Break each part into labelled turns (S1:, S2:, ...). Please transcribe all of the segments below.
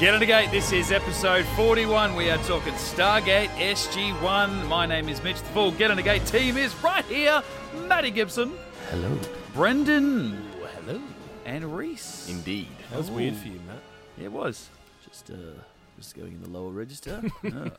S1: Get it again. This is episode 41. We are talking Stargate SG1. My name is Mitch the Fool. Get in the gate team is right here. Matty Gibson,
S2: Hello.
S1: Brendan,
S2: Hello.
S1: and Reese.
S2: Indeed.
S3: That was weird for you, Matt.
S1: It was.
S2: Just uh, just going in the lower register. Uh, uh,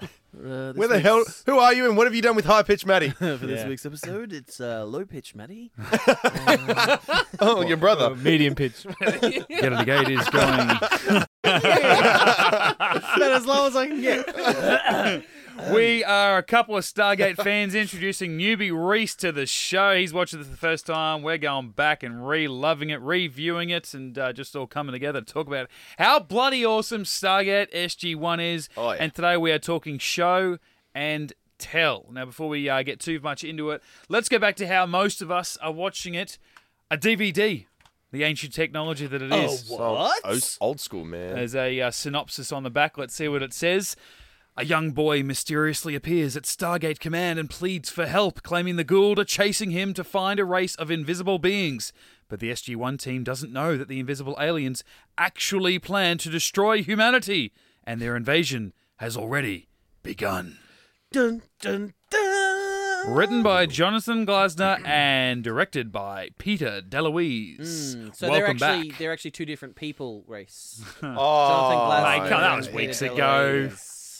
S2: this
S4: Where the hell?
S2: week's-
S4: Who are you, and what have you done with high pitch, Matty?
S2: For this
S3: Yeah.
S2: week's episode, it's uh, low pitch, Matty.
S4: Oh, your brother.
S3: uh, medium pitch.
S1: Get in the gate is going.
S2: Not as low as I can get.
S1: we are a couple of Stargate fans introducing newbie Reese to the show. He's watching this the first time. We're going back and re-loving it, reviewing it, and uh, just all coming together to talk about how bloody awesome Stargate SG-1 is.
S4: Oh, yeah.
S1: And today we are talking show and tell. Now, before we uh, get too much into it, let's go back to how most of us are watching it. A DVD, the ancient technology that it
S5: Oh,
S4: Oh,
S1: is.
S2: What?
S4: Old school, man.
S1: There's a uh, synopsis on the back. Let's see what it says. A young boy mysteriously appears at Stargate Command and pleads for help, claiming the Gould are chasing him to find a race of invisible beings. But the SG 1 team doesn't know that the invisible aliens actually plan to destroy humanity, and their invasion has already begun.
S2: Dun, dun, dun.
S1: Written by Jonathan Glasner and directed by Peter DeLuise.
S5: Hmm, So
S1: Welcome
S5: they're actually
S1: back.
S5: they're actually two different people, race.
S4: Oh,
S5: Glasner.
S1: Mate, come- that was
S5: Yeah,
S1: weeks
S5: yeah,
S1: ago.
S5: yeah.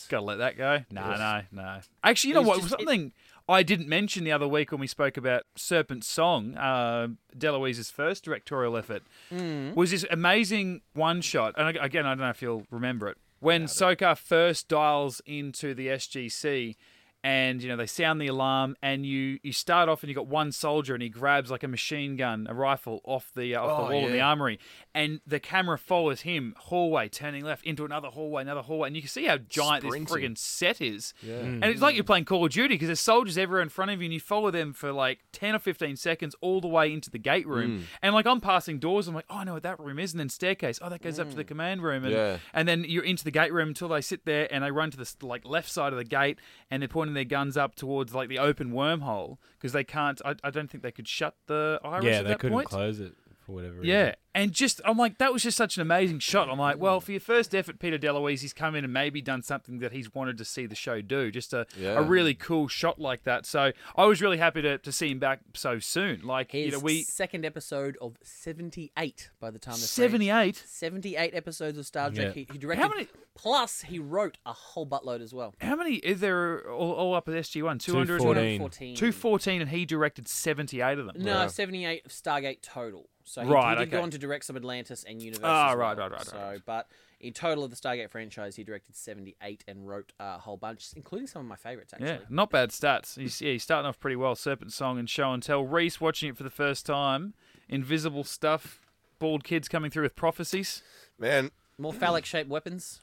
S1: Gotta let that go. No, no, no. Actually, you know
S5: It's
S1: what?
S5: just- it-
S1: Something I didn't mention the other week when we spoke about Serpent Song, uh, Deloise's first directorial effort,
S5: Mm.
S1: was this amazing one shot. And ag- again, I don't know if you'll remember it. When Sokar first dials into the SGC, and you know they sound the alarm, and you you start off and you got one soldier, and he grabs like a machine gun, a rifle off the uh, off the
S5: Oh,
S1: wall in the armory, and the camera follows him hallway, turning left into another hallway, another hallway, and you can see how giant this
S4: Sprinting. Mm.
S1: friggin' set is, and it's like you're playing Call of Duty because there's soldiers everywhere in front of you, and you follow them for like ten or fifteen seconds all the way into the gate
S4: Mm.
S1: room, and like I'm passing doors, I'm like, oh I know what that room is, and then staircase, oh that goes up to the command room, and
S4: Mm. Yeah.
S1: and then you're into the gate room until they sit there and they run to the s- like left side of the gate and they're pointing their guns up towards like the open wormhole because they can't. I, I don't think they could shut the iris
S3: yeah,
S1: at
S3: they
S1: that
S3: couldn't
S1: point.
S3: close it for whatever reason.
S1: Yeah, and just I'm like that was just such an amazing shot. I'm like, well, for your first effort, Peter DeLuise, he's come in and maybe done something that he's wanted to see the show do, just a,
S4: Yeah.
S1: a really cool shot like that. So I was really happy to, to see him back so soon. Like
S5: His
S1: you know, we
S5: second episode of seventy eight by the time this
S1: seventy eight.
S5: Seventy eight episodes of Star Trek.
S3: Yeah.
S5: He, he directed.
S1: How many-
S5: Plus, he wrote a whole buttload as well.
S1: How many is there all, all up at SG One? Two hundred.
S3: 240.
S5: 14.
S1: 214 and he directed 78 of them.
S5: No, seventy eight of Stargate total. So he,
S1: Right,
S5: he did
S1: okay.
S5: go on to direct some Atlantis and Universe.
S1: Ah,
S5: as
S1: right,
S5: well.
S1: right, right,
S5: So,
S1: right.
S5: but in total of the Stargate franchise, he directed seventy eight and wrote a whole bunch, including some of my favorites actually.
S1: Yeah, not bad stats. He's, yeah, he's starting off pretty well. Serpent Song and Show and Tell. Reese watching it for the first time. Invisible stuff. Bald kids coming through with prophecies.
S4: man,
S5: More phallic shaped weapons.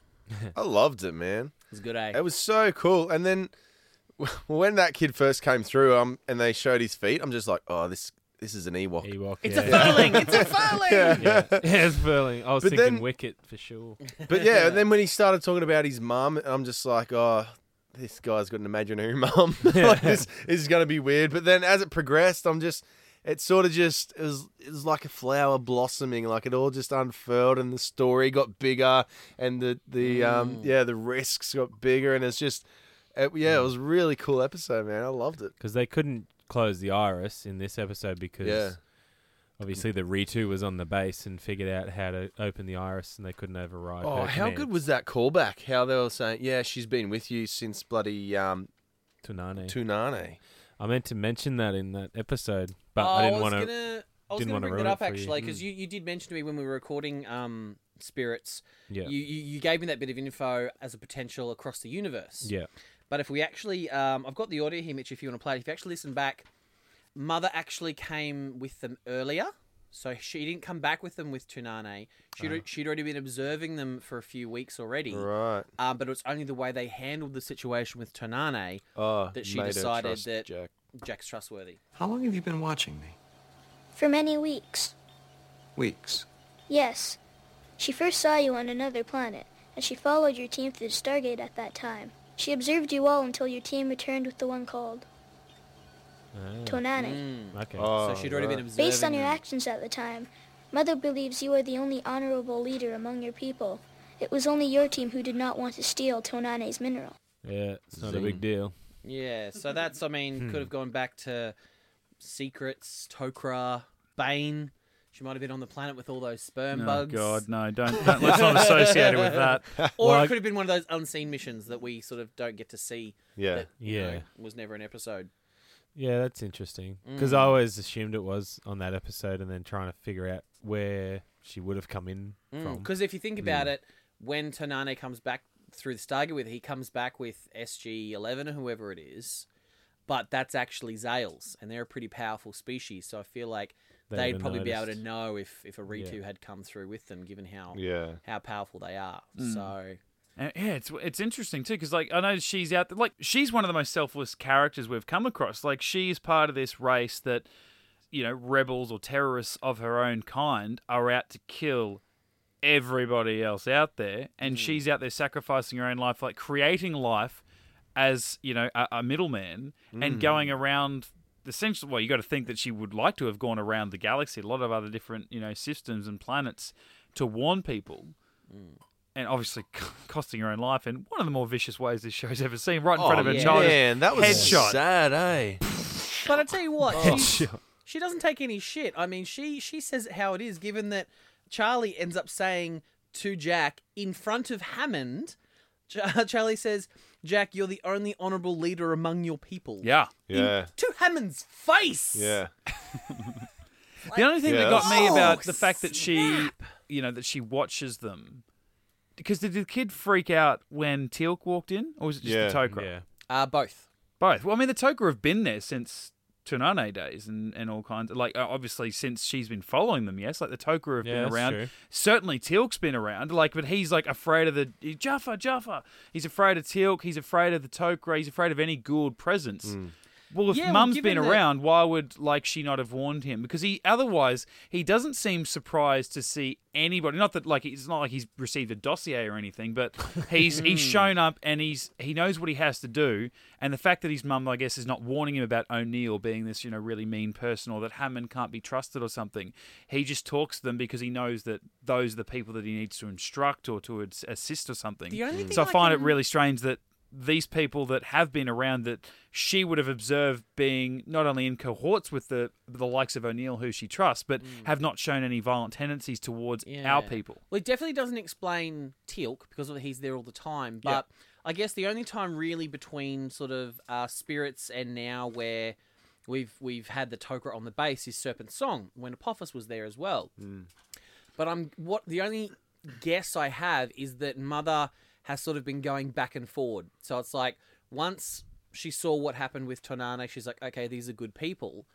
S4: I loved it, man.
S5: It's good, eh?
S4: It was so cool. And then when that kid first came through, um, and they showed his feet, I'm just like, oh, this this is an Ewok.
S3: Ewok,
S5: It's a
S3: yeah.
S5: furling. It's a furling.
S3: yeah. yeah, it's furling. I was
S4: But
S3: thinking
S4: then-
S3: wicket for sure.
S4: But yeah, and then when he started talking about his mum, I'm just like, oh, this guy's got an imaginary mum. like, this, this is going to be weird. But then as it progressed, I'm just, it sort of just, it was, it was like a flower blossoming. Like it all just unfurled and the story got bigger and the, the um, yeah, the risks got bigger. And it's just, it, yeah, it was a really cool episode, man. I loved it.
S3: Because they couldn't close the iris in this episode because
S4: Yeah.
S3: obviously the Ritu was on the base and figured out how to open the iris and they couldn't override
S4: Oh,
S3: her
S4: how
S3: command.
S4: good was that callback? How they were saying, yeah, she's been with you since bloody um,
S3: Tunane.
S4: Toonane.
S3: I meant to mention that in that episode, but I didn't
S5: Oh, was
S3: want to.
S5: gonna- I was going
S3: didn't wanna
S5: to bring that
S3: ruin it
S5: up
S3: for you.
S5: actually because you, you did mention to me when we were recording um, Spirits,
S3: Yeah.
S5: you, you you gave me that bit of info as a potential across the universe.
S3: Yeah.
S5: But if we actually, um, I've got the audio here, Mitch. If you want to play it, if you actually listen back, Mother actually came with them earlier, so she didn't come back with them with Tunane. She'd, she'd already been observing them for a few weeks already.
S4: Uh-huh. Right.
S5: Um, but it was only the way they handled the situation with Tonane
S4: Oh,
S5: that she
S4: made her
S5: decided
S4: trust
S5: that
S4: Jack.
S5: Jack's trustworthy.
S6: How long have you been watching me?
S7: For many weeks.
S6: Weeks.
S7: Yes. She first saw you on another planet, and she followed your team through Stargate at that time. She observed you all until your team returned with the one called
S3: Hmm.
S7: Tonane.
S3: Ah, Okay.
S4: Oh,
S5: so she'd already
S4: right.
S5: been observing.
S7: Based on your
S5: them.
S7: actions at the time, Mother believes you are the only honorable leader among your people. It was only your team who did not want to steal Tonane's mineral.
S3: Yeah, it's not a big
S2: Zing.
S3: deal.
S5: Yeah, so that's, I mean,
S4: Hmm.
S5: could have gone back to Secrets, Tokra, Bane. She might have been on the planet with all those sperm
S1: Oh
S5: bugs.
S1: God, no! Don't, don't let's not associate it with that.
S5: Or
S3: Like-
S5: it could have been one of those unseen missions that we sort of don't get to see.
S4: Yeah.
S5: That, you know,
S3: Yeah.
S5: was never an episode.
S3: Yeah, that's interesting. Because
S4: Mm.
S3: I always assumed it was on that episode, and then trying to figure out where she would have come in
S4: Mm.
S3: from.
S5: Because if you
S3: Hmm.
S5: think about it, when Tonane comes back through the Stargate with, he comes back with SG Eleven or whoever it is, but that's actually Zales, and they're a pretty powerful species. So I feel like
S3: They
S5: they would
S3: would've
S5: probably be able
S3: noticed.
S5: to know if if a Ritu
S3: Yeah.
S5: had come through with them, given how
S4: Yeah.
S5: how powerful they are. So
S1: And, yeah, it's it's interesting too because like I know she's out there, like she's one of the most selfless characters we've come across. Like she is part of this race that you know rebels or terrorists of her own kind are out to kill everybody else out there, and she's out there sacrificing her own life, like creating life as you know a, a middleman and going around. Essentially, well, you got to think that she would like to have gone around the galaxy, a lot of other different you know systems and planets to warn people and obviously costing her own life in one of the more vicious ways this show's ever seen, right in front
S4: Oh,
S1: of her
S5: yeah.
S1: child.
S4: Man, that was
S1: Headshot.
S4: sad, eh?
S5: But I tell you what, she, she doesn't take any shit. I mean, she she says it how it is, given that Charlie ends up saying to Jack in front of Hammond, Ch- Charlie says, "Jack, you're the only honourable leader among your people."
S1: Yeah.
S4: Yeah.
S5: To Hammond's face.
S4: Yeah.
S1: The only thing that
S4: Yeah,
S1: got me
S5: that's-
S1: about
S5: Oh,
S1: the fact that she, you know, that she watches them, because did the kid freak out when Teal'c walked in, or was it just
S4: Yeah.
S1: the Tok'ra?
S3: Yeah.
S5: Uh, both.
S1: Both. Well, I mean, the Tok'ra have been there since Tsunade days and, and all kinds. Like, uh, obviously, since she's been following them, yes. Like, the Tok'ra have
S3: Yeah,
S1: been
S3: that's
S1: around.
S3: true.
S1: Certainly, Teal'c's been around. Like, but he's, like, afraid of the... Jaffa, Jaffa! He's afraid of Teal'c. He's afraid of the Tok'ra. He's afraid of any Gould presence. Well, if
S5: Yeah, well,
S1: Mum's
S5: given
S1: been
S5: that-
S1: around, why would, like, she not have warned him? Because he... Otherwise, he doesn't seem surprised to see anybody. Not that, like, it's not like he's received a dossier or anything, but he's he's
S5: Hmm.
S1: shown up and he's he knows what he has to do. And the fact that his mum, I guess, is not warning him about O'Neill being this, you know, really mean person or that Hammond can't be trusted or something. He just talks to them because he knows that those are the people that he needs to instruct or to as- assist or something. Hmm.
S5: The only thing
S1: so I
S5: I
S1: find it
S5: can-
S1: really strange that these people that have been around that she would have observed being not only in cohorts with the the likes of O'Neill who she trusts, but
S5: Mm.
S1: have not shown any violent tendencies towards our people.
S5: Well, it definitely doesn't explain Teal'c because he's there all the time. But I guess the only time really between sort of uh, spirits and now where we've we've had the Tok'ra on the base is Serpent Song when Apophis was there as well. But I'm what the only guess I have is that Mother has sort of been going back and forward. So it's like once she saw what happened with Tonane, she's like, okay, these are good people.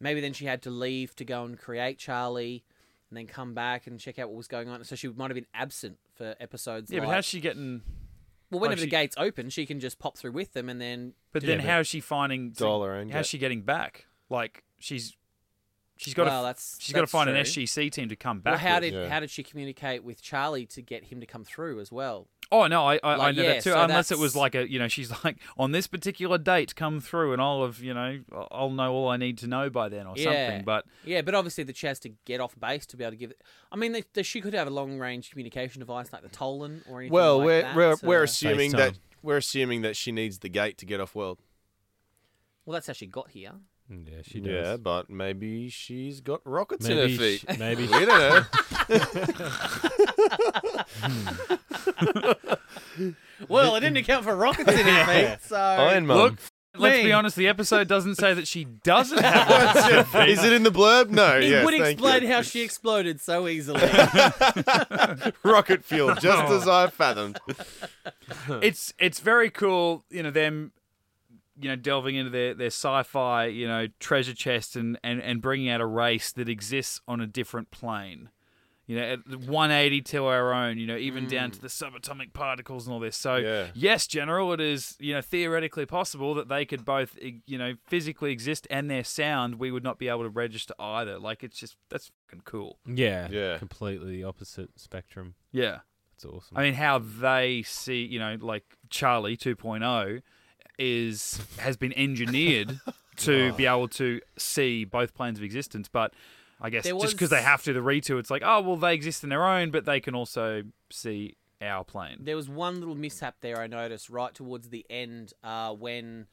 S5: Maybe then she had to leave to go and create Charlie, and then come back and check out what was going on. So she might have been absent for episodes.
S1: Yeah, but
S5: like-
S1: how's she getting?
S5: Well, whenever
S1: like
S5: the
S1: she-
S5: gates open, she can just pop through with them, and then
S1: But
S3: Yeah,
S1: then
S3: but-
S1: how is she finding
S4: Dollar and
S1: How's
S4: get-
S1: she getting back? Like she's she's got
S5: Well,
S1: to
S5: that's-
S1: she's got to
S5: that's
S1: find an
S5: true.
S1: SGC team to come
S5: well,
S1: back.
S5: how
S1: with.
S5: did
S4: Yeah.
S5: how did she communicate with Charlie to get him to come through as well?
S1: Oh no, I I, I
S5: Like,
S1: know
S5: yeah,
S1: that too.
S5: so
S1: Unless it was
S5: that's-
S1: like a you know she's like on this particular date come through and I'll have you know I'll- I'll know all I need to know by then or
S5: Yeah.
S1: something. But
S5: Yeah, but obviously that she has to get off base to be able to give it. I mean, they, they, she could have a long range communication device like the Tolan or anything.
S4: Well,
S5: like
S4: we're,
S5: that uh,
S4: we're,
S5: to-
S4: we're assuming
S3: FaceTime.
S4: that we're assuming that she needs the gate to get off world.
S5: well, that's how she got here.
S3: Mm, Yeah, she does.
S4: Yeah, but maybe she's got rockets in
S3: Maybe
S4: her feet.
S3: she- maybe
S4: we don't know.
S5: Well, it didn't account for rockets in her feet,
S4: Oh,
S5: so
S4: Iron Mum.
S1: look, let's
S5: me.
S1: be honest, the episode doesn't say that she doesn't have.
S4: is it in the blurb? No.
S5: it
S4: yes,
S5: would
S4: thank
S5: explain
S4: you.
S5: how she exploded so easily.
S4: rocket fuel, just as I fathomed.
S1: it's it's very cool, you know them. You know, delving into their, their sci-fi, you know, treasure chest and, and, and bringing out a race that exists on a different plane. you know, at the 180 to our own, you know, even down to the subatomic particles and all this. So,
S4: Yeah.
S1: yes, General, it is, you know, theoretically possible that they could both, eh, you know, physically exist and their sound, we would not be able to register either. Like, it's just, that's fucking cool.
S3: Yeah,
S4: Yeah.
S3: completely opposite spectrum.
S1: Yeah.
S3: That's awesome.
S1: I mean, how they see, you know, like Charlie 2.0 is, has been engineered to be able to see both planes of existence. But, I guess
S5: There
S1: just because they
S5: was-
S1: have to, the Ritu, it's like, oh, well, they exist in their own, but they can also see our plane.
S5: There was one little mishap there I noticed right towards the end uh, when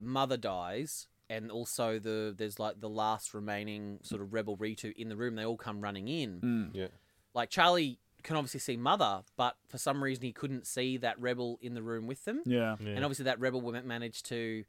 S5: Mother dies, and also the there's like the last remaining sort of Rebel Ritu in the room. They all come running in.
S1: Mm.
S4: Yeah.
S5: Like Charlie can obviously see Mother, but for some reason he couldn't see that Rebel in the room with them.
S1: Yeah.
S5: And obviously that Rebel woman managed to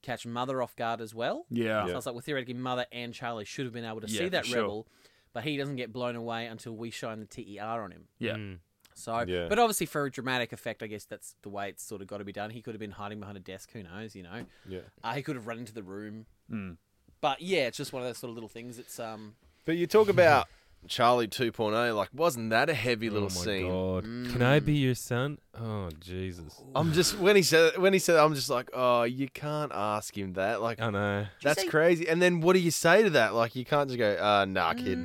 S5: catch Mother off guard as well.
S1: Yeah.
S5: So I was like, well, theoretically, Mother and Charlie should have been able to
S1: Yeah,
S5: see
S1: for
S5: that
S1: sure.
S5: Rebel, but he doesn't get blown away until we shine the TER on him.
S1: Yeah.
S4: Hmm.
S3: Mm.
S5: So,
S4: Yeah.
S5: but obviously for a dramatic effect, I guess that's the way it's sort of got to be done. He could have been hiding behind a desk. Who knows? You know,
S4: Yeah.
S5: uh, he could have run into the room.
S1: Mm.
S5: But yeah, it's just one of those sort of little things. It's um,
S4: But you talk about Charlie 2.0, like, wasn't that a heavy little
S3: oh my
S4: scene?
S3: God. Can I be your son? Oh Jesus.
S4: I'm just when he said when he said I'm just like, oh, you can't ask him that. Like
S3: I know.
S4: that's
S5: say-
S4: crazy. And then what do you say to that? Like you can't just go, uh, nah, kid.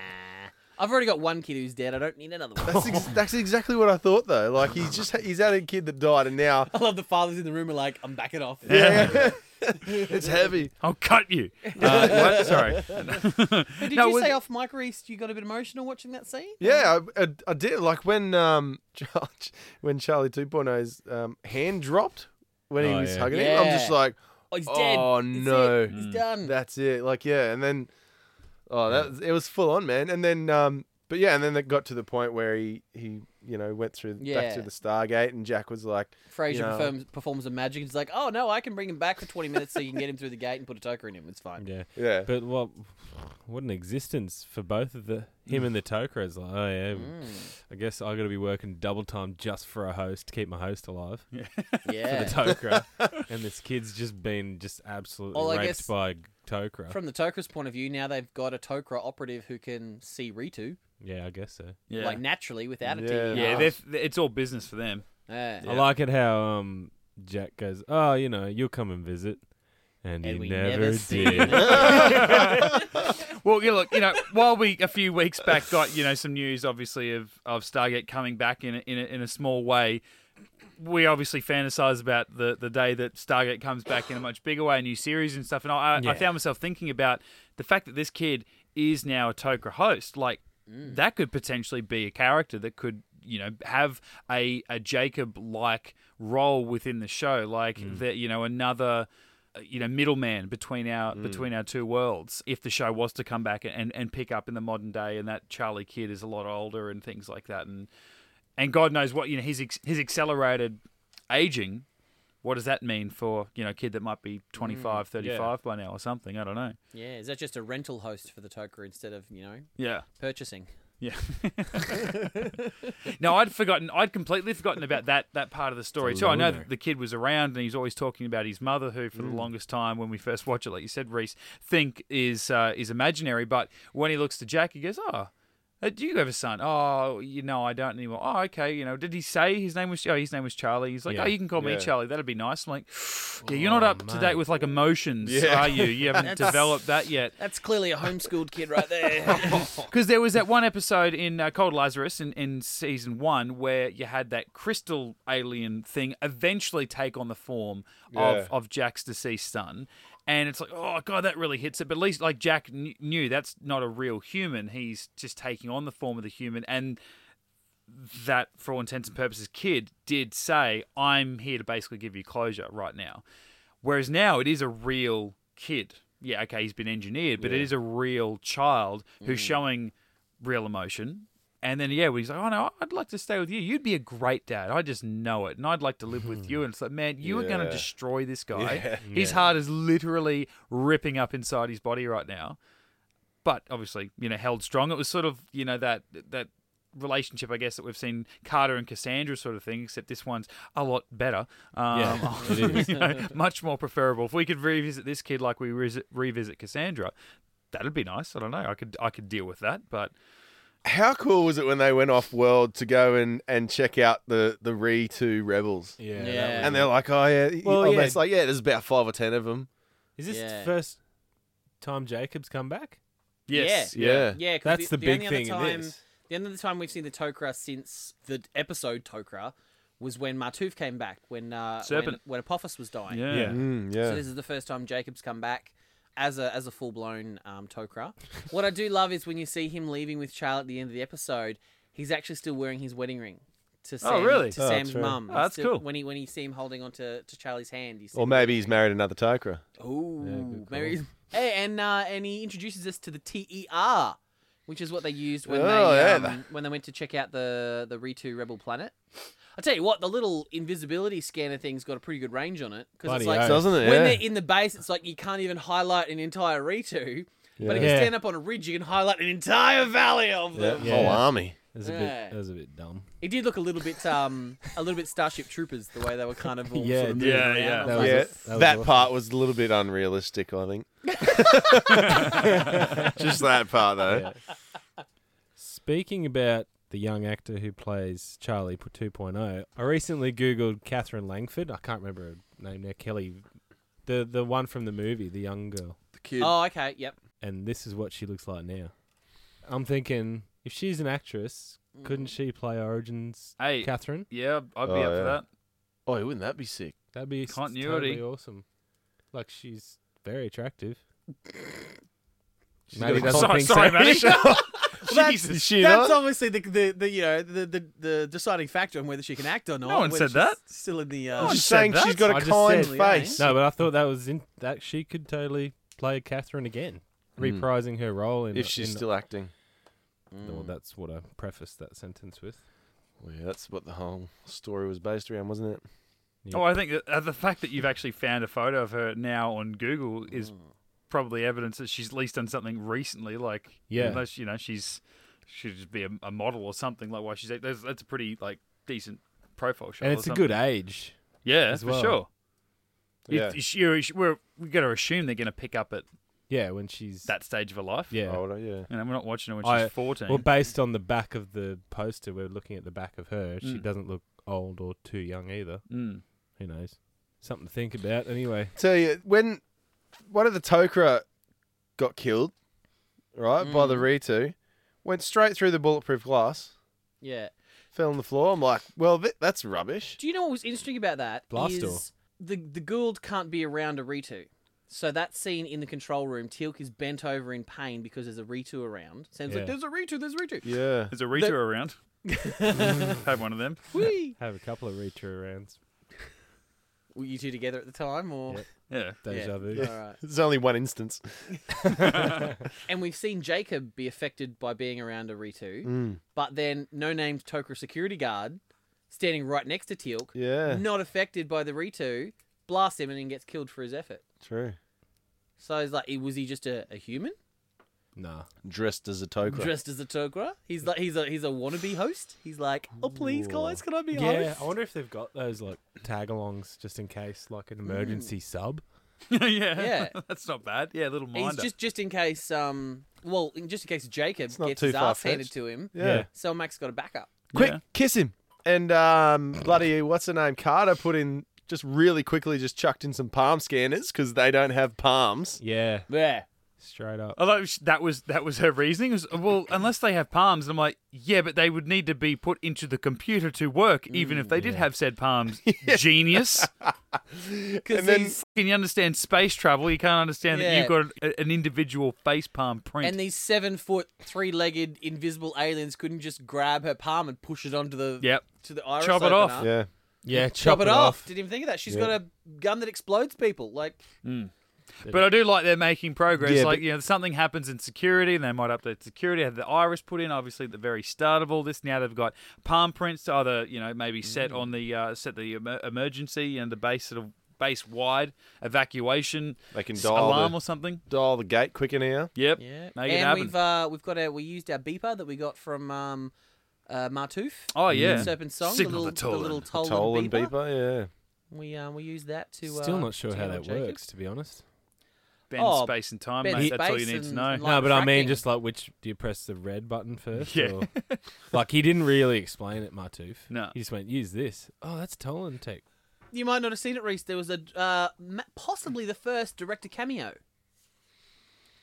S5: Mm, nah. I've already got one kid who's dead. I don't need another one.
S4: that's ex- that's exactly what I thought though. Like he's just he's had a kid that died, and now
S5: I love the fathers in the room are like, I'm backing off.
S4: yeah, it's heavy.
S1: I'll cut you. Uh, what? Sorry.
S5: But did
S1: No,
S5: you
S1: was-
S5: say off Mike Reese you got a bit emotional watching that scene?
S4: Yeah, I, I, I did. Like when um Char- when Charlie 2.0's um, hand dropped when he
S3: Oh,
S4: was
S3: yeah.
S4: hugging him, I'm just
S5: Yeah.
S4: like,
S5: Oh, he's dead.
S4: oh
S5: It's it.
S4: no,
S1: Hmm.
S5: He's done.
S4: That's it. Like yeah, and then oh that it was full on, man. And then um but yeah, and then it got to the point where he he you know went through back
S5: Yeah.
S4: through the Stargate, and Jack was like,
S5: Fraser
S4: you know.
S5: performs, performs a magic. He's like, oh no, I can bring him back for 20 minutes so you can get him through the gate and put a toker in him. It's fine.
S3: Yeah.
S4: yeah,
S3: But what what an existence for both of the him and the Tokra. It's like, oh yeah,
S5: Mm. Hmm.
S3: I guess I got to be working double time just for a host to keep my host alive.
S5: Yeah.
S3: For the Tokra, and this kid's just been just absolutely
S5: Well, I
S3: raped
S5: guess
S3: by Tokra.
S5: Uh, From the Tokra's point of view, now they've got a Tokra operative who can see Ritu,
S3: yeah, I guess so.
S1: Yeah.
S5: like naturally without a
S4: Yeah.
S5: TV.
S1: yeah, they're, it's all business for them.
S5: Yeah.
S3: I like it how um Jack goes, oh, you know, you'll come and visit, and,
S5: And
S3: he
S5: we
S3: never,
S5: never see
S3: did.
S1: Well, yeah, look, you know, while we a few weeks back got you know some news, obviously of of Stargate coming back in a, in a, in a small way, we obviously fantasize about the the day that Stargate comes back in a much bigger way, a new series and stuff. And I, I, I
S3: Yeah.
S1: found myself thinking about the fact that this kid is now a Tokra host. Like that could potentially be a character that could you know have a a Jacob like role within the show, like that you know another uh, you know middleman between our between our two worlds if the show was to come back and and pick up in the modern day and that Charlie kid is a lot older and things like that and and God knows what you know his ex- his accelerated aging what does that mean for you know a kid that might be 25 35 by now or something I don't know
S5: Yeah, is that just a rental host for the Tokra instead of, you know,
S1: yeah
S5: purchasing?
S1: yeah no I'd forgotten I'd completely forgotten about that that part of the story too I know that the kid was around and he's always talking about his mother who for the longest time when we first watch it like you said Reese think is uh, is imaginary but when he looks to Jack he goes oh uh, do you have a son? Oh, you know, I don't anymore. Oh, okay. You know, did he say his name was? Oh, his name was Charlie. He's like,
S3: Yeah.
S1: oh, you can call me
S4: Yeah.
S1: Charlie. That'd be nice. I'm like, yeah, you're not up to date with like emotions, are you? You haven't
S5: That's-
S1: developed that yet.
S5: That's clearly a homeschooled kid right there.
S1: Because there was that one episode in uh, Cold Lazarus in, in season one where you had that crystal alien thing eventually take on the form
S4: Yeah.
S1: of, of Jack's deceased son. And it's like, oh, God, that really hits it. But at least, like, Jack kn- knew that's not a real human. He's just taking on the form of the human. And that, for all intents and purposes, kid did say, I'm here to basically give you closure right now. Whereas now it is a real kid. Yeah, okay, he's been engineered, but it is a real child who's
S4: Mm.
S1: showing real emotion. And then yeah, he's like, "Oh no, I'd like to stay with you. You'd be a great dad. I just know it, and I'd like to live with you." And it's like, man, you are going to
S4: Hmm. Yeah.
S1: destroy this guy.
S4: Yeah.
S1: His heart is literally ripping up inside his body right now. But obviously, you know, held strong. It was sort of you know that that relationship, I guess, that we've seen Carter and Cassandra sort of thing. Except this one's a lot better. Um,
S3: Yeah, it is.
S1: you know, much more preferable. If we could revisit this kid like we re- revisit Cassandra, that'd be nice. I don't know. I could I could deal with that, but
S4: How cool was it when they went off world to go and and check out the the Re Two Rebels?
S3: yeah. that
S5: Yeah.
S3: was-
S4: And they're like, oh yeah,
S3: Well,
S4: well,
S3: yeah.
S4: almost like yeah, there's about five or ten of them.
S3: Is this
S5: Yeah.
S3: the first time Jacob's come back?
S1: yes,
S4: Yeah. Yeah.
S5: yeah, 'cause
S3: That's the,
S5: only
S3: big
S5: other
S3: thing
S5: time,
S3: in this.
S5: The only other time we've seen the Tokra since the episode Tokra was when Martuf came back, when uh, when,
S1: Serpent.
S5: when Apophis was dying.
S1: yeah.
S3: Yeah.
S4: Mm, yeah.
S5: So this is the first time Jacob's come back as a as a full blown um, Tokra. what I do love is when you see him leaving with Charlie at the end of the episode, he's actually still wearing his wedding ring to
S1: Oh,
S5: Sam,
S1: really?
S5: to
S3: Oh,
S5: Sam's
S3: true.
S5: mum.
S1: Oh, that's
S5: It's the-
S1: cool.
S5: When he when he see him holding onto to Charlie's hand, you see.
S4: Or maybe he's married another Tokra.
S5: Oh,
S3: Yeah, good
S5: maybe.
S3: call.
S5: he's- Hey, and uh, and he introduces us to the TER, which is what they used when
S4: Oh,
S5: they
S4: yeah,
S5: um,
S4: the-
S5: when they went to check out the the Ritu Rebel planet. I tell you what, the little invisibility scanner thing's got a pretty good range on it because
S3: Bloody
S5: it's like
S3: oath.
S4: Doesn't it?
S5: when
S4: yeah.
S5: they're in the base, it's like you can't even highlight an entire Ritu. But if you
S3: Yeah.
S5: stand up on a ridge, you can highlight an entire valley of them.
S4: yeah. Whole
S3: Yeah.
S4: army.
S3: That's a
S5: Yeah.
S3: bit. That was a bit dumb.
S5: It did look a little bit, um, a little bit Starship Troopers the way they were kind of all
S3: Yeah,
S5: sort of
S3: it
S5: moving
S1: did. Yeah,
S5: around.
S1: yeah.
S5: I'm
S3: That
S5: like,
S3: was
S4: yeah,
S3: awesome. That
S4: that,
S3: was awesome.
S4: part was a little bit unrealistic, I think. Just that part, though.
S3: Speaking about the young actor who plays Charlie p- 2.0, I recently googled Catherine Langford. I can't remember her name now. Kelly, the the one from the movie, the young girl,
S2: The kid.
S5: Oh, okay, yep.
S3: and this is what she looks like now. I'm thinking if she's an actress, couldn't she play Origins
S1: Mm. Hey.
S3: Catherine?
S1: Yeah, I'd be
S4: Oh,
S1: up for
S4: yeah.
S1: that.
S2: Oh, wouldn't that be sick?
S3: That'd be s-
S1: Continuity.
S3: totally awesome. Like she's very attractive.
S2: She's
S3: Maybe
S2: got a
S3: that's-
S2: cult-
S1: Sorry,
S3: think so.
S1: sorry, Manny.
S4: Is
S1: Jesus.
S4: she
S5: That's
S4: not?
S5: obviously the, the, the you know the, the the deciding factor on whether she can act or not.
S1: one
S5: whether
S1: said that.
S5: she's Still in the.
S4: I'm
S5: Uh,
S4: just
S1: said
S4: saying
S1: that.
S4: she's got
S3: I
S4: a
S3: just
S4: kind
S5: said-
S4: face.
S3: No, but I thought that was in, that she could totally play Catherine again, reprising her role in
S4: If she's
S3: in-
S4: still acting.
S1: Mm.
S3: Well, that's what I prefaced that sentence with.
S4: Well, yeah, that's what the whole story was based around, wasn't it?
S1: Oh, I think that, uh, the fact that you've actually found a photo of her now on Google is
S3: Mm.
S1: probably evidence that she's at least done something recently. Like,
S3: Yeah.
S1: unless you know she's should just be a, a model or something. Like, why she's act- that's, that's a pretty like decent profile shot.
S3: And
S1: or
S3: it's a
S1: something.
S3: good age.
S1: yeah,
S3: as
S1: for
S3: well.
S1: sure. You-
S4: Yeah.
S1: you sh- you're- you sh- we're we got to assume they're going to pick up at
S3: Yeah, when she's
S1: that stage of her life.
S3: Yeah.
S4: Oh, yeah.
S1: and we're not watching her when
S3: I-
S1: she's fourteen.
S3: well, based on the back of the poster, we're looking at the back of her. She doesn't look old or too young either.
S1: Mm.
S3: Who knows? Something to think about. Anyway,
S4: Tell you, when one of the Tokra got killed, right, by the Ritu, went straight through the bulletproof glass,
S5: yeah.
S4: fell on the floor. I'm like, well, th- that's rubbish.
S5: Do you know what was interesting about that?
S3: Blast
S5: is the the Gould can't be around a Ritu. So that scene in the control room, Teal'c is bent over in pain because there's a Ritu around. Sam's
S3: Yeah.
S5: like, "There's a Ritu, there's a Ritu."
S4: Yeah.
S1: There's a Rita around. Had one of them.
S5: Whee!
S3: have a couple of reach rounds.
S5: Were you two together at the time, or
S1: Yeah.
S3: Deja
S5: Yeah.
S3: vu.
S5: all right?
S4: There's only one instance.
S5: And we've seen Jacob be affected by being around a Ritu, but then no-named Tokra security guard standing right next to Teal'c,
S4: Yeah.
S5: not affected by the Ritu, blasts him and then gets killed for his effort.
S4: True.
S5: So it's like, was he just a, a human
S3: Nah.
S4: Dressed as a Tokra.
S5: dressed as a Tokra? He's like, he's a he's a wannabe host. He's like, oh please guys, can I be a
S3: Yeah, I
S5: host?
S3: wonder if they've got those like tag-alongs just in case, like
S5: Mm.
S3: an emergency sub.
S1: yeah.
S5: Yeah.
S1: That's not bad. Yeah, a little
S5: He's
S1: minder.
S5: just just in case, um, well, in- just in case Jacob
S4: not
S5: gets
S4: too
S5: his ass handed
S4: far-fetched.
S5: to him.
S4: Yeah.
S5: Selmac's got a backup.
S4: Quick,
S1: Yeah.
S4: kiss him. And um, bloody, what's her name? Carter put in just really quickly, just chucked in some palm scanners because they don't have palms.
S3: Yeah,
S5: Yeah.
S3: straight up.
S1: Although sh- that was that was her reasoning. It was, well, unless they have palms, and I'm like, yeah, but they would need to be put into the computer to work, even if they did have said palms. Genius.
S5: Because
S4: And then-
S5: these
S1: Can you understand space travel? You can't understand
S5: Yeah.
S1: that you've got a, an individual face palm print.
S5: and these seven foot, three legged, invisible aliens couldn't just grab her palm and push it onto the
S1: Yep.
S5: to the iris.
S1: Chop it off.
S5: opener.
S4: Yeah.
S3: Yeah, chop,
S5: Chop it off. Didn't even think of that. She's got a gun that explodes people. Like
S1: but I do like they're making progress.
S4: Yeah,
S1: like
S4: but-
S1: you know, something happens in security, and they might update security. Have the iris put in, obviously at the very start of all this. Now they've got palm prints to either you know maybe set on the uh, set the emer- emergency and the base sort of base wide evacuation
S4: They can
S1: s-
S4: dial
S1: alarm
S4: the-
S1: or something.
S4: Dial the gate quicker now.
S1: Yep.
S5: Yeah,
S1: Make it
S5: and
S1: happen.
S5: we've uh, we've got our we used our beeper that we got from um, uh, Martouf.
S1: Oh,
S5: in
S1: yeah.
S5: Serpent Song.
S1: Signal
S5: the
S1: the
S5: little, the little Tolan,
S4: Tolan
S5: beeper.
S4: beeper. yeah.
S5: We um, we used that to. Uh,
S3: Still not sure
S5: to
S3: how
S5: get
S3: that
S5: on Jacob.
S3: works, to be honest.
S1: Bend
S5: Oh,
S1: space and time,
S5: bend
S1: mate. That's all you
S5: space
S1: need to
S5: and-
S1: know.
S5: and
S3: no,
S5: like
S3: but I mean,
S5: fracking.
S3: just like which do you press the red button first?
S1: Yeah.
S3: or- like he didn't really explain it, Martouf.
S1: No.
S3: He just went, use this. Oh, that's Tolan tech.
S5: You might not have seen it, Reese. There was a uh, ma- possibly the first director cameo.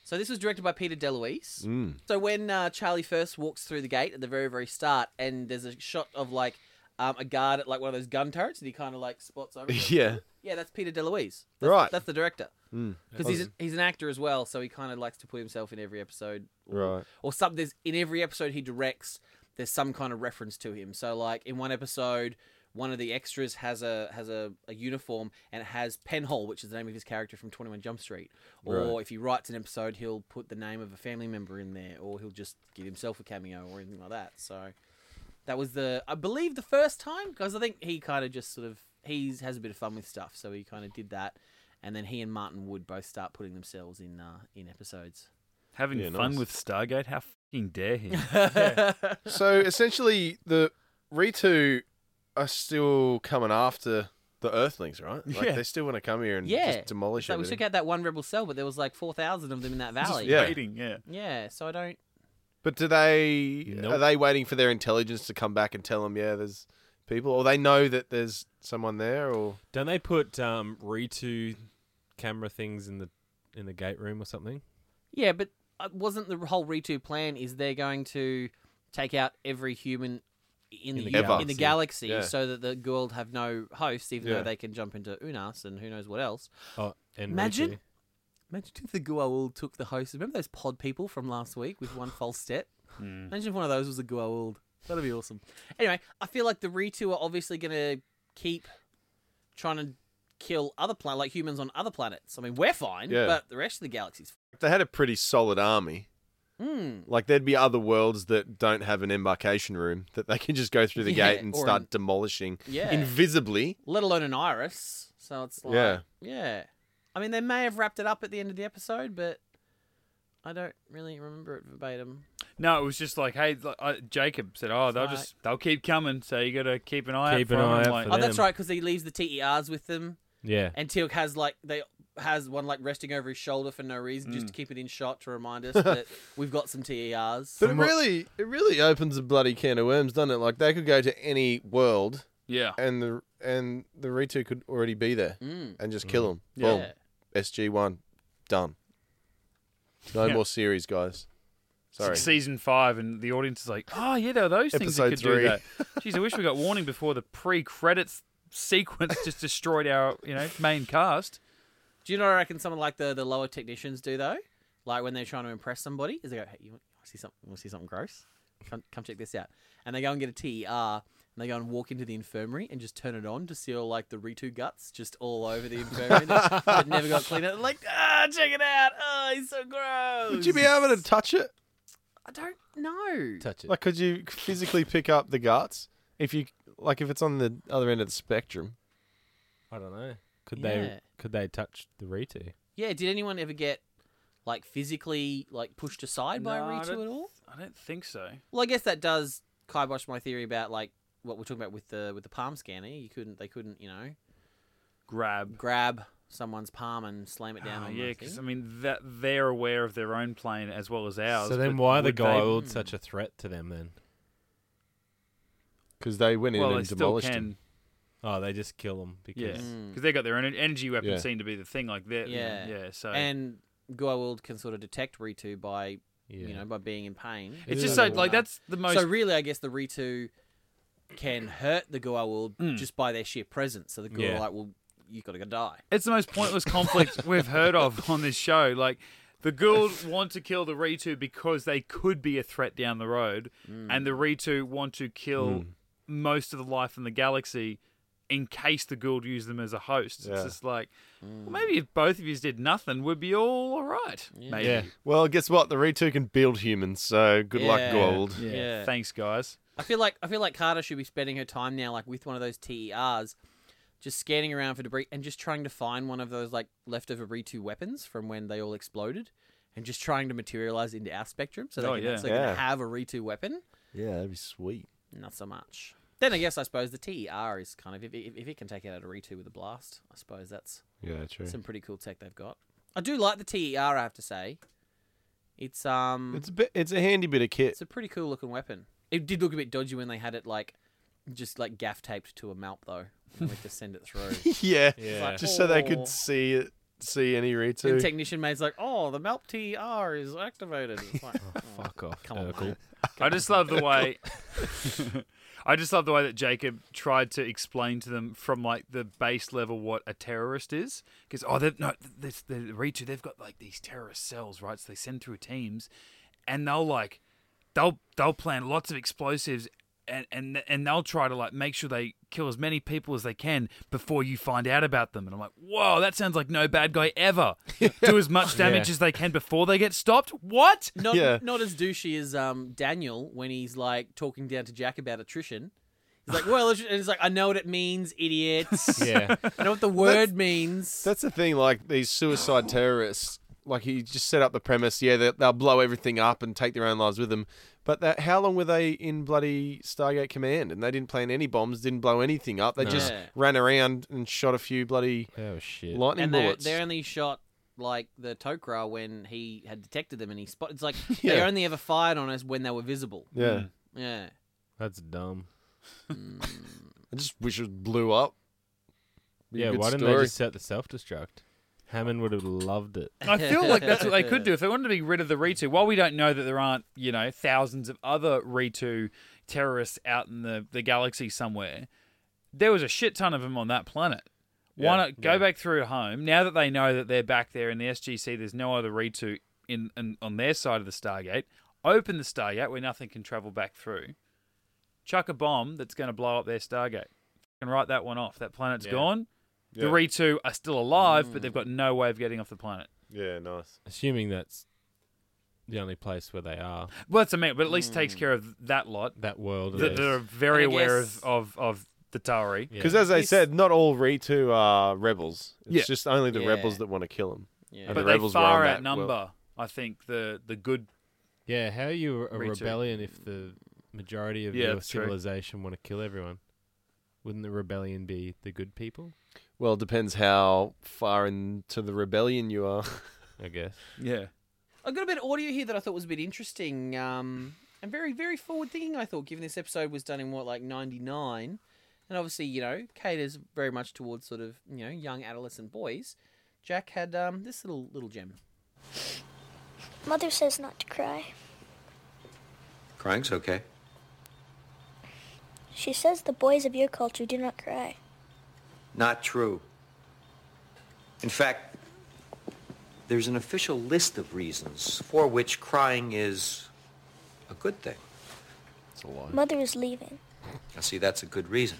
S5: So this was directed by Peter DeLuise. So when uh, Charlie first walks through the gate at the very very start, and there's a shot of like um, a guard at like one of those gun turrets, and he kind of like spots over. it.
S4: Yeah.
S5: Yeah, that's Peter DeLuise. That's,
S4: Right.
S5: That's the director. Because he's, a- he's an actor as well, so he kind of likes to put himself in every episode. Or,
S4: Right.
S5: Or something. There's, in every episode he directs, there's some kind of reference to him. So like in one episode, one of the extras has a has a, a uniform and it has Penhole, which is the name of his character from Twenty One Jump Street. Or if he writes an episode, he'll put the name of a family member in there, or he'll just give himself a cameo or anything like that. So that was the I believe the first time because I think he kind of just sort of he's has a bit of fun with stuff, so he kind of did that. And then he and Martin Wood both start putting themselves in uh, in episodes.
S1: Having
S4: Yeah,
S1: fun
S4: nice.
S1: with Stargate? How fucking dare he?
S4: So essentially, the Ritu are still coming after the Earthlings, right? Like
S1: Yeah.
S4: they still want to come here and
S5: Yeah.
S4: just demolish
S5: So we
S4: everything.
S5: took out that one rebel cell, but there was like four thousand of them in that valley.
S4: Yeah.
S1: Waiting, yeah.
S5: Yeah, so I don't.
S4: But do they
S3: Nope.
S4: are they waiting for their intelligence to come back and tell them, yeah, there's people, or they know that there's someone there, or
S3: Don't they put um, Ritu camera things in the in the gate room or something?
S5: Yeah, but uh, wasn't the whole Ritu plan is they're going to take out every human in, the,
S3: the
S5: u-
S4: galaxy.
S5: in the galaxy
S4: Yeah.
S5: so that the world have no hosts, even
S4: Yeah.
S5: though they can jump into Unas and who knows what else.
S3: Oh, and
S5: Imagine-
S3: Ritu.
S5: Imagine if the Gua'uld took the host. Remember those pod people from last week with one false step? Imagine if one of those was the Gua'uld. That'd be awesome. Anyway, I feel like the Ritu are obviously going to keep trying to kill other planet like humans on other planets. I mean, we're fine,
S4: Yeah.
S5: but the rest of the galaxy's
S4: they had a pretty solid army.
S5: Mm.
S4: Like there'd be other worlds that don't have an embarkation room that they can just go through the
S5: Yeah,
S4: gate and
S5: or
S4: start
S5: an-
S4: demolishing
S5: Yeah.
S4: invisibly.
S5: let alone an iris. So it's like, yeah.
S4: Yeah.
S5: I mean, they may have wrapped it up at the end of the episode, but I don't really remember it verbatim.
S1: No, it was just like, hey, like, uh, Jacob said, oh, they'll
S5: Like-
S1: just they'll keep coming, so you got to keep an eye
S3: Keep
S1: out for
S3: an
S1: them.
S3: eye
S1: I'm
S3: out
S1: like,
S3: for
S5: Oh, that's
S3: them.
S5: right, because he leaves the TERs with them,
S3: Yeah.
S5: and Teal'c has like they has one like resting over his shoulder for no reason,
S4: Mm.
S5: just to keep it in shot to remind us that we've got some E TERs.
S4: But it really, it really opens a bloody can of worms, doesn't it? Like they could go to any world,
S1: Yeah.
S4: and the and the Ritu could already be there
S5: Mm.
S4: and just kill them.
S5: Yeah.
S4: Boom, SG one, done. No
S1: Yeah.
S4: more series, guys.
S1: It's
S4: Sorry.
S1: like season five, and the audience is like, "Oh yeah, there are those things that
S4: Episode
S1: could
S4: three.
S1: do that." Jeez, I wish we got warning before the pre-credits sequence just destroyed our, you know, main cast.
S5: Do you know what I reckon some of like the, the lower technicians do though? Like when they're trying to impress somebody, is they go, "Hey, you want to see something? Want to see something gross? Come, come check this out." And they go and get a TER, and they go and walk into the infirmary and just turn it on to see all like the Ritu guts just all over the infirmary that that never got cleaned up. They're like, ah, check it out. Oh, he's so gross.
S4: Would you be able to touch it?
S5: I don't know.
S3: Touch it.
S4: Like, could you physically pick up the guts if you like if it's on the other end of the spectrum?
S3: I don't know. Could
S5: Yeah.
S3: they could they touch the Ritu?
S5: yeah. Did anyone ever get like physically like pushed aside by a
S1: No, I
S5: Ritu
S1: don't-
S5: at all?
S1: I don't think so.
S5: Well, I guess that does kibosh my theory about like what we're talking about with the with the palm scanner. You couldn't, they couldn't, you know,
S1: Grab.
S5: grab someone palm and slam it down.
S1: Oh,
S5: on
S1: yeah,
S5: the
S1: because I
S5: thing.
S1: mean that they're aware of their own plane as well as ours.
S3: so then
S1: but
S3: why are the
S1: would they-
S3: Guild
S5: Hmm.
S3: such a threat to them then?
S4: Because they went in
S1: Well, they
S4: and
S1: still
S4: demolished
S1: can.
S4: them.
S3: Oh, they just kill them
S1: Yeah,
S3: because
S1: because
S5: Mm.
S1: they got their en- energy weapons
S4: Yeah.
S1: seem to be the thing. Like that.
S5: Yeah.
S1: Yeah. Yeah. So
S5: and Goa'uld can sort of detect Ritu by
S3: yeah.
S5: you know by being in pain.
S1: it's
S3: It
S1: just
S3: is
S1: so
S3: another
S1: like
S5: one.
S1: that's the most.
S5: So really, I guess the Ritu can hurt the Goa'uld
S1: Mm.
S5: just by their sheer presence. So the Goa'uld
S3: Yeah.
S5: are like, well, you got to go die.
S1: It's the most pointless conflict we've heard of on this show. Like, the Gould want to kill the Ritu because they could be a threat down the road, and the Ritu want to kill most of the life in the galaxy in case the Gould use them as a host. It's
S4: Yeah.
S1: just like, well, maybe if both of you did nothing, we'd be all all right. Maybe.
S3: Yeah.
S4: Well, guess what? The Ritu can build humans, so good
S5: Yeah.
S4: luck, gold.
S1: Yeah.
S5: Yeah.
S1: Thanks, guys.
S5: I feel like I feel like Carter should be spending her time now, like with one of those TERs, just scanning around for debris and just trying to find one of those like leftover Ritu weapons from when they all exploded, and just trying to materialize into our spectrum so they
S1: Oh,
S5: can,
S1: yeah.
S5: so they can
S4: Yeah.
S5: have a Ritu weapon.
S2: Yeah, that'd be sweet.
S5: Not so much. Then I guess I suppose the TER is kind of if if, if it can take out a Ritu with a blast, I suppose that's
S4: Yeah, true.
S5: some pretty cool tech they've got. I do like the TER. I have to say, it's um
S4: It's a bit, it's a handy bit of kit.
S5: it's a pretty cool looking weapon. It did look a bit dodgy when they had it like just like gaff taped to a mount though, and like to send it through.
S4: yeah.
S3: Yeah.
S4: Just so they
S5: Aw.
S4: could see it, see any
S5: and
S4: Ritu.
S5: the technician mate's like, "Oh, the mount TR is activated." It's like, oh,
S3: Fuck Uh, off.
S5: come on,
S3: Urkel.
S5: mate.
S1: I just love the way. I just love the way that Jacob tried to explain to them from like the base level what a terrorist is. Because oh, they've no, this the Ritu, they've got like these terrorist cells, right? So they send through teams, and they'll like they'll they'll plant lots of explosives and and and they'll try to like make sure they kill as many people as they can before you find out about them. And I'm like, whoa, that sounds like no bad guy ever. Do as much damage
S3: Yeah.
S1: as they can before they get stopped. What?
S5: Not
S4: Yeah.
S5: not as douchey as um, Daniel when he's like talking down to Jack about attrition. He's like, well, attri- and he's like, I know what it means, idiots.
S3: Yeah.
S5: I know what the word means.
S4: That's the thing, like these suicide terrorists. Like he just set up the premise, yeah, they, they'll blow everything up and take their own lives with them. But that, how long were they in bloody Stargate Command? And they didn't plant any bombs, didn't blow anything up. They
S3: No.
S4: just
S5: Yeah.
S4: ran around and shot a few bloody
S3: Oh shit.
S4: lightning
S5: and they
S4: bullets.
S5: they only shot like the Tok'ra when he had detected them, and he spotted. It's like they
S4: Yeah.
S5: only ever fired on us when they were visible.
S4: Yeah,
S5: Yeah.
S3: That's dumb.
S4: I just wish it blew up. Be a
S3: Yeah,
S4: good
S3: why didn't they
S4: story.
S3: just set the self destruct? Hammond would have loved it.
S1: I feel like that's what they could do if they wanted to be rid of the Ritu. While we don't know that there aren't, you know, thousands of other Ritu terrorists out in the, the galaxy somewhere, there was a shit ton of them on that planet. Why
S4: Yeah,
S1: not go
S3: yeah.
S1: back through home now that they know that they're back there in the SGC? There's no other Ritu in, in on their side of the Stargate. Open the Stargate where nothing can travel back through. Chuck a bomb that's going to blow up their Stargate. And write that one off. That planet's
S3: Yeah.
S1: gone. The
S4: Yeah.
S1: Ritu are still alive, but they've got no way of getting off the planet.
S4: Yeah, nice.
S3: Assuming that's the only place where they are.
S1: Well, that's a man, but at least
S4: Hmm.
S1: takes care of that lot
S3: That world.
S1: that,
S3: is-
S1: that are very
S5: And I
S1: aware
S5: guess-
S1: of, of, of the Tauri.
S3: yeah.
S4: Because as they
S5: This-
S4: said, not all Ritu are rebels. It's
S1: Yeah.
S4: just only the
S5: Yeah.
S4: rebels that want to kill him.
S5: Yeah.
S4: And
S1: But
S4: the
S1: they
S4: rebels were
S1: far
S4: on that
S1: outnumber,
S4: world.
S1: I think, the, the good.
S3: Yeah, how are you a
S1: Me too.
S3: rebellion if the majority of
S1: Yeah,
S3: your
S1: that's true.
S3: civilization want to kill everyone? Wouldn't the rebellion be the good people?
S4: Well, it depends how far into the rebellion you are.
S3: I guess.
S1: Yeah.
S5: I got a bit of audio here that I thought was a bit interesting um, and very, very forward thinking, I thought, given this episode was done in what, like 99. And obviously, you know, caters very much towards sort of, you know, young adolescent boys. Jack had um, this little little gem.
S7: Mother says not to cry.
S6: Crying's okay.
S7: She says the boys of your culture do not cry.
S6: Not true. In fact, there's an official list of reasons for which crying is a good thing.
S4: It's a lie.
S7: Mother is leaving.
S6: Now, see, that's a good reason.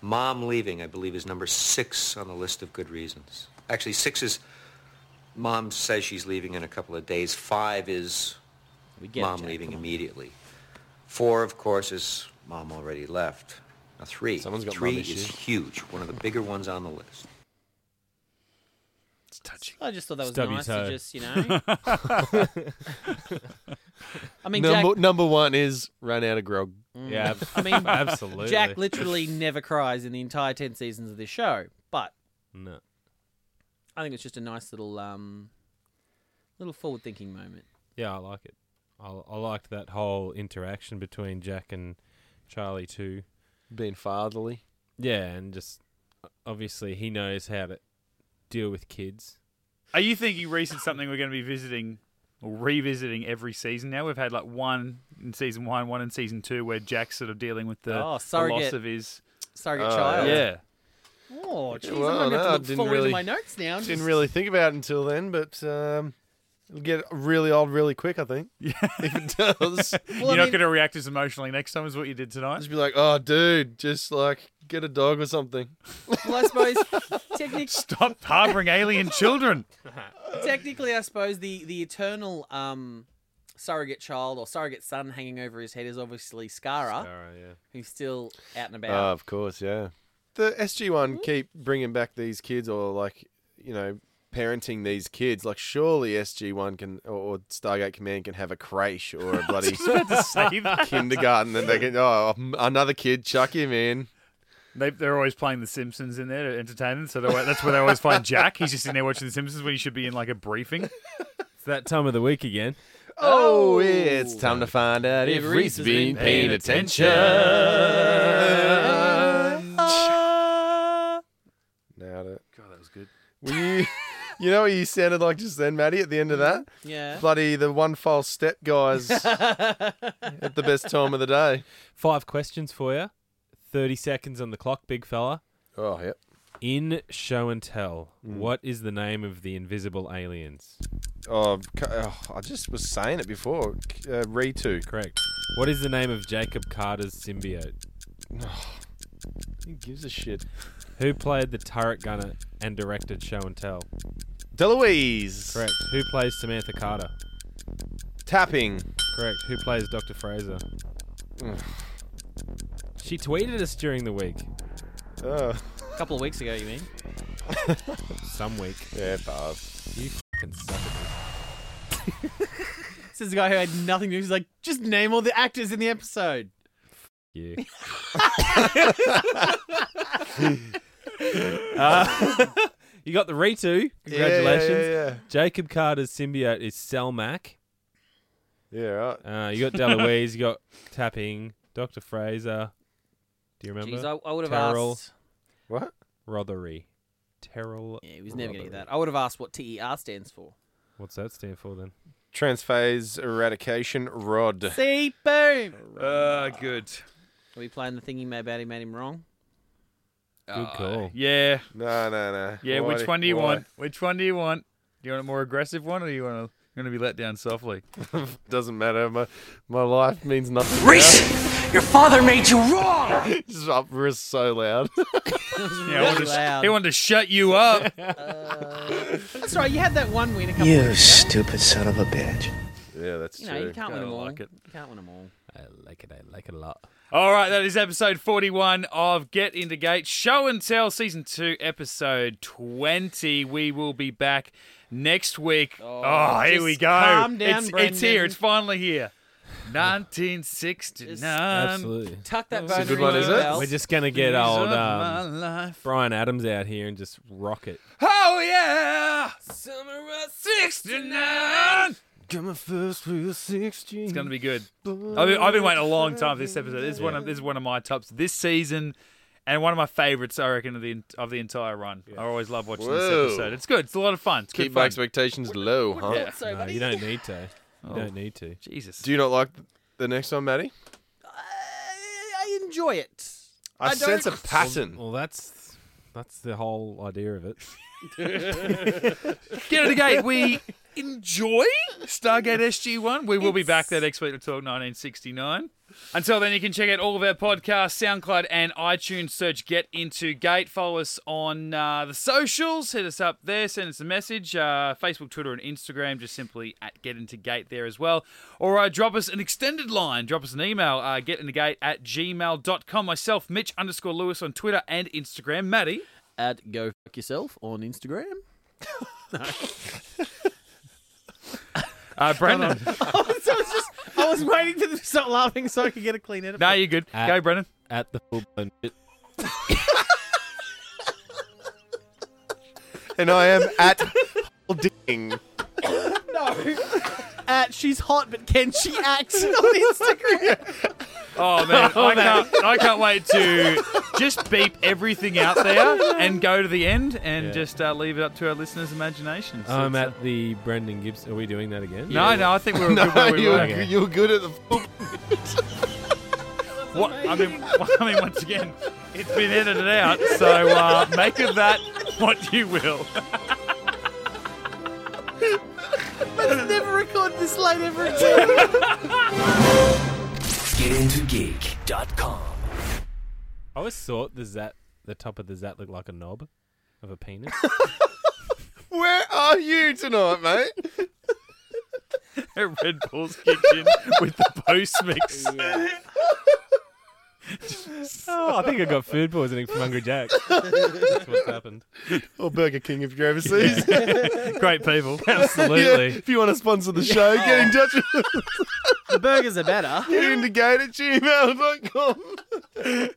S6: Mom leaving, I believe, is number six on the list of good reasons. Actually, six is mom says she's leaving in a couple of days. Five is
S5: We get it,
S6: mom
S5: Jack,
S6: leaving
S5: come on.
S6: immediately. Four, of course, is mom already left. Now, three.
S4: Someone's got mom
S6: three
S4: issues.
S6: is huge. One of the bigger ones on the list.
S1: It's touching.
S5: I just thought that was
S3: Stub your
S5: nice to
S3: toe.
S5: just, you know. I mean, Jack,
S4: number number one is run out of grog.
S3: Yeah, ab-
S5: I mean,
S3: absolutely.
S5: Jack literally never cries in the entire 10 seasons of this show, but
S3: no.
S5: I think it's just a nice little um, little forward thinking moment.
S3: Yeah, I like it. I, I liked that whole interaction between Jack and Charlie too.
S4: Being fatherly.
S3: Yeah, and just obviously he knows how to deal with kids.
S1: Are you thinking recent something we're going to be visiting or revisiting every season now? We've had like one in season one, one in season two, where Jack's sort of dealing with the,
S5: Oh,
S1: the loss
S5: surrogate.
S1: of his.
S5: Surrogate
S4: Oh,
S5: child.
S1: Yeah.
S5: Oh, geez,
S4: well,
S5: I'm gonna have
S4: no,
S5: to look
S4: didn't
S5: forward
S4: really-
S5: to my notes now. and
S4: Didn't
S5: just-
S4: really think about it until then, but um, it'll get really old really quick. I think. Yeah. If it does,
S5: Well, I
S1: You're not
S5: mean,
S1: going to react as emotionally next time as what you did tonight.
S4: just be like, oh, dude, just like get a dog or something.
S5: well, I suppose technic-
S1: Stop harboring alien children.
S5: technically, I suppose the the eternal um, surrogate child or surrogate son hanging over his head is obviously Scara,
S3: Alright, yeah.
S5: who's still out and
S4: Ah,
S5: about.
S4: of course, yeah. The SG One keep bringing back these kids, or like you know, parenting these kids. Like surely SG One can, or, or Stargate Command can have a creche or a bloody
S1: Say that.
S4: kindergarten, and they can oh another kid, chuck him in.
S1: They, they're always playing The Simpsons in there to entertain them, so they- that's where they always find Jack. He's just in there watching The Simpsons when he should be in like a briefing.
S3: It's that time of the week again.
S4: Oh, it's time to find out if Reese has been paying attention. Nailed it. God, that was good. Were you, you know what you sounded like just then, Maddie, at the end of that?
S5: yeah.
S4: Bloody the one false step guys at the best time of the day.
S3: Five questions for you. 30 seconds on the clock, big fella.
S4: Oh, yep. Mm.
S3: In Show and Tell, what is the name of the invisible aliens?
S4: Oh, c- oh, I just was saying it before. C- Uh, Ritu.
S3: Correct. What is the name of Jacob Carter's symbiote?
S4: Who gives a shit?
S3: Who played the turret gunner and directed Show and Tell?
S4: Deloise.
S3: Correct. Who plays Samantha Carter?
S4: Tapping.
S3: Correct. Who plays Dr. Fraser? She tweeted us during the week.
S4: Oh.
S5: A couple of weeks ago, you mean?
S3: Some week.
S4: Yeah, Barb.
S3: You fucking suck at this.
S5: This is the guy who had nothing to do. He's like, just name all the actors in the episode.
S3: You. Uh, you got the Ritu. Congratulations.
S4: Yeah, yeah,
S3: Jacob Carter's symbiote is Selmac.
S4: yeah. yeah right.
S3: Uh, you got Deloise, you got Tapping, Dr. Fraser. Do you remember?
S5: Jeez, I, I would have
S3: Terrell.
S5: asked.
S4: What?
S3: Rothery. Terrell.
S5: Yeah, he was never going to get that. I would have asked what TER stands for.
S3: What's that stand for then?
S4: Transphase eradication rod.
S5: See, boom.
S1: Uh, good.
S5: Are we playing the thingy made about he made him wrong?
S3: Good call.
S1: Yeah.
S4: No, no, no.
S1: Yeah,
S4: Why
S1: which one do you
S4: why?
S1: want? Which one do you want? Do you want a more aggressive one or do you want to going to be let down softly?
S4: Doesn't matter. My my life means nothing.
S8: Reese, your father made you wrong.
S4: Just up wrist so loud.
S1: Yeah, I wanted to-
S5: Mm, loud.
S1: he wanted to shut you up.
S5: That's right. You had that one win a couple of
S8: You
S5: weeks ago.
S8: stupid son of a bitch.
S4: yeah, that's
S5: You know, you
S4: true.
S5: can't win
S1: Kinda
S5: them all.
S1: like it.
S5: You can't win them all.
S3: I like it. I like it a lot.
S1: All right, that is episode 41 of Get Into Gate Show and Tell Season 2, Episode 20. We will be back next week. Oh, here we
S5: just
S1: go.
S5: calm down,
S1: it's, it's here.
S5: Brendan.
S1: It's finally here. 1969.
S3: Absolutely.
S5: Tuck that
S4: a
S5: bone
S4: good one,
S5: in
S4: is
S5: your
S4: it?
S5: belt.
S3: We're just gonna get
S1: Days of
S3: old
S1: my
S3: um,
S1: life.
S3: Brian Adams out here and just rock it.
S1: Oh, yeah. Summer of 69.
S4: Got my first real sixteen.
S1: It's going to be good. I've been, I've been waiting a long time for this episode. This is one of this is one of my tops this season, and one of my favorites, I reckon, of the of the entire run. I always love watching
S4: Whoa.
S1: this episode. It's good. It's a lot of fun. It's
S4: Keep
S1: good
S4: my
S1: fun.
S4: expectations low, huh?
S5: so
S3: No, you don't need to. You don't need to.
S1: Jesus.
S4: Do you not like the next one, Maddie?
S5: I enjoy it. I
S4: I,
S5: don't-
S4: sense a pattern.
S3: Well, that's that's the whole idea of it.
S1: Get it again. We enjoy Stargate SG1. We will be back there next week to talk 1969. Until then, you can check out all of our podcasts, SoundCloud and iTunes. Search Get Into Gate. Follow us on uh, the socials. Hit us up there. Send us a message. Uh, Facebook, Twitter, and Instagram. Just simply at Get Into Gate there as well. Or uh, drop us an extended line. Drop us an email. Uh, getintogate at gmail.com. Myself, Mitch underscore Lewis on Twitter and Instagram. Maddie.
S5: At go fuck yourself on Instagram.
S1: Uh, Brendan.
S5: I was just, I was waiting for them to stop laughing so I could get a clean edit.
S1: no, you're good.
S3: At-
S1: Go, Brendan.
S3: At the full blown bit.
S4: and I am at ding.
S5: No. At she's hot, but can she act on Instagram?
S1: Oh man, I can't, I can't wait to just beep everything out there and go to the end and
S3: Yeah. Oh,
S1: just uh, leave it up to our listeners' imaginations.
S3: I'm
S1: It's, uh,
S3: at the Brendan Gibson. Are we doing that again?
S1: No, no, I think we were good
S4: No,
S1: where we
S4: you
S1: were.
S4: were, you were good at the.
S1: What, I mean, I mean, once again, it's been edited out, so uh, make of that what you will.
S5: Never record this late ever again.
S8: GetIntoGeek.com.
S3: I always thought the zat, the top of the zat looked like a knob of a penis.
S4: Where are you tonight, mate?
S1: Red Bull's kicked in with the post mix.
S3: oh, I think I got food poisoning from Hungry Jack. That's what's happened.
S4: Or Burger King if you're overseas.
S1: Great people.
S3: Absolutely.
S4: if you want to sponsor the show, get in touch with
S5: The burgers are better.
S4: indicate at gmail.com.